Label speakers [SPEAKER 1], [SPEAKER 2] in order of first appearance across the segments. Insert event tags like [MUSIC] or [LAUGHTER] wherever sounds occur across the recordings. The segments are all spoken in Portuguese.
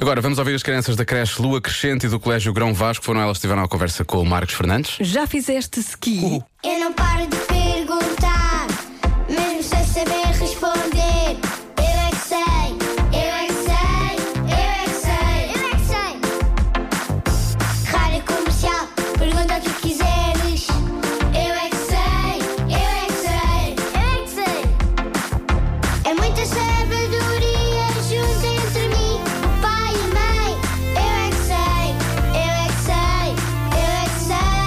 [SPEAKER 1] Agora vamos ouvir as crianças da creche Lua Crescente e do Colégio Grão Vasco. Foram elas que tiveram a conversa com o Marcos Fernandes.
[SPEAKER 2] Já fizeste ski?
[SPEAKER 1] Uh.
[SPEAKER 3] Eu não paro de perguntar, mesmo sem saber responder. Eu é que sei, eu é que sei, eu é que sei, eu é que sei. Rádio comercial, pergunta o que quiseres. Eu é que sei, eu é que sei, eu é que sei. É muita sabedoria junto entre mim, o pai e a mãe. Eu é que sei, eu é que sei, eu é que sei.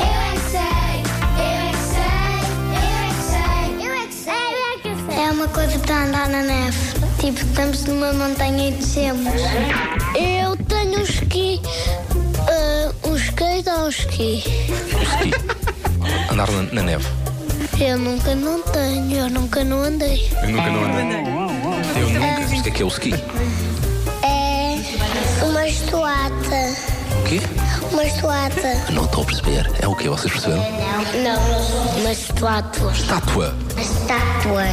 [SPEAKER 3] Eu é que sei, eu é que sei, eu é que sei, eu é que sei. Eu é que sei. É uma coisa para andar na neve. Tipo, estamos numa montanha e descemos. Eu tenho um esqui. um skate ou um esqui?
[SPEAKER 4] Ski. Andar na, na neve.
[SPEAKER 3] Eu nunca não tenho, eu nunca não andei.
[SPEAKER 1] Eu nunca não andei.
[SPEAKER 4] Eu nunca. Mas O que é que é o ski?
[SPEAKER 3] É uma estuata.
[SPEAKER 4] O quê?
[SPEAKER 3] Uma estuata.
[SPEAKER 4] Não estou a perceber. É o quê? Vocês perceberam?
[SPEAKER 3] Não, uma estuátua.
[SPEAKER 4] Estátua.
[SPEAKER 3] Uma estátua.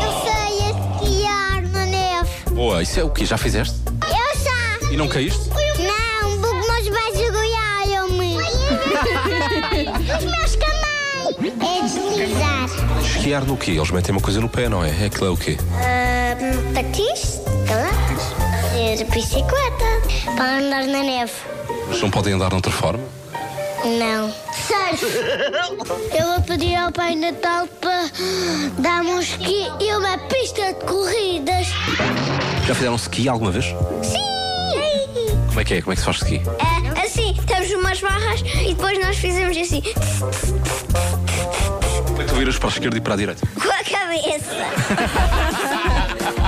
[SPEAKER 3] Eu sei esquiar na neve.
[SPEAKER 4] Boa, isso é o quê? Já fizeste?
[SPEAKER 3] Eu já.
[SPEAKER 4] E não caíste?
[SPEAKER 3] Não, porque meus pais goiaram-me. Os meus também. É deslizar.
[SPEAKER 4] Esquiar no quê? Eles metem uma coisa no pé, não é? Aquilo é o quê?
[SPEAKER 3] Ah, patins, galatas. Fazer bicicleta. Para andar na neve.
[SPEAKER 4] Mas não podem andar de outra forma?
[SPEAKER 3] Não. Surf! Eu vou pedir ao Pai Natal para dar-me um esqui e uma pista de corridas.
[SPEAKER 4] Já fizeram ski alguma vez?
[SPEAKER 3] Sim!
[SPEAKER 4] Como é que é? Como é que se faz ski?
[SPEAKER 3] É, assim, temos umas barras e depois nós fizemos assim,
[SPEAKER 4] Como é que tu viras para a esquerda e para a direita?
[SPEAKER 3] com a cabeça.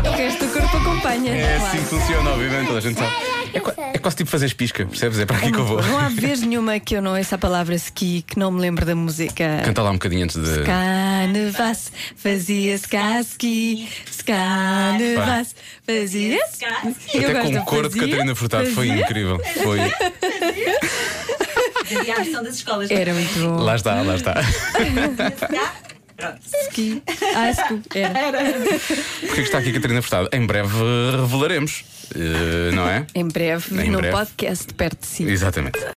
[SPEAKER 2] É O resto do corpo acompanha.
[SPEAKER 1] É assim que funciona, obviamente, toda a gente sabe. É, qua- é quase tipo fazer pisca, percebes? É para aqui que eu vou.
[SPEAKER 2] Não há vez nenhuma que eu não ouça a palavra ski que não me lembre da música.
[SPEAKER 1] Canta lá um bocadinho antes de.
[SPEAKER 2] Scanevas, fazia ski, Scanevas, fazia ski. Eu
[SPEAKER 1] Até
[SPEAKER 2] gosto
[SPEAKER 1] com
[SPEAKER 2] de
[SPEAKER 1] o cor de
[SPEAKER 2] fazia,
[SPEAKER 1] Catarina Furtado foi
[SPEAKER 2] fazia.
[SPEAKER 1] incrível. Foi.
[SPEAKER 5] E a questão das escolas. é?
[SPEAKER 2] Era muito bom.
[SPEAKER 1] Lá está, lá
[SPEAKER 2] [LAUGHS]
[SPEAKER 1] está.
[SPEAKER 2] Ski. Ah, desculpa. Era.
[SPEAKER 1] Porque é que está aqui a Catarina Furtado? Em breve eh, revelaremos, eh, não é?
[SPEAKER 2] Em breve,
[SPEAKER 1] Em
[SPEAKER 2] num
[SPEAKER 1] breve.
[SPEAKER 2] podcast perto de si.
[SPEAKER 1] Exatamente.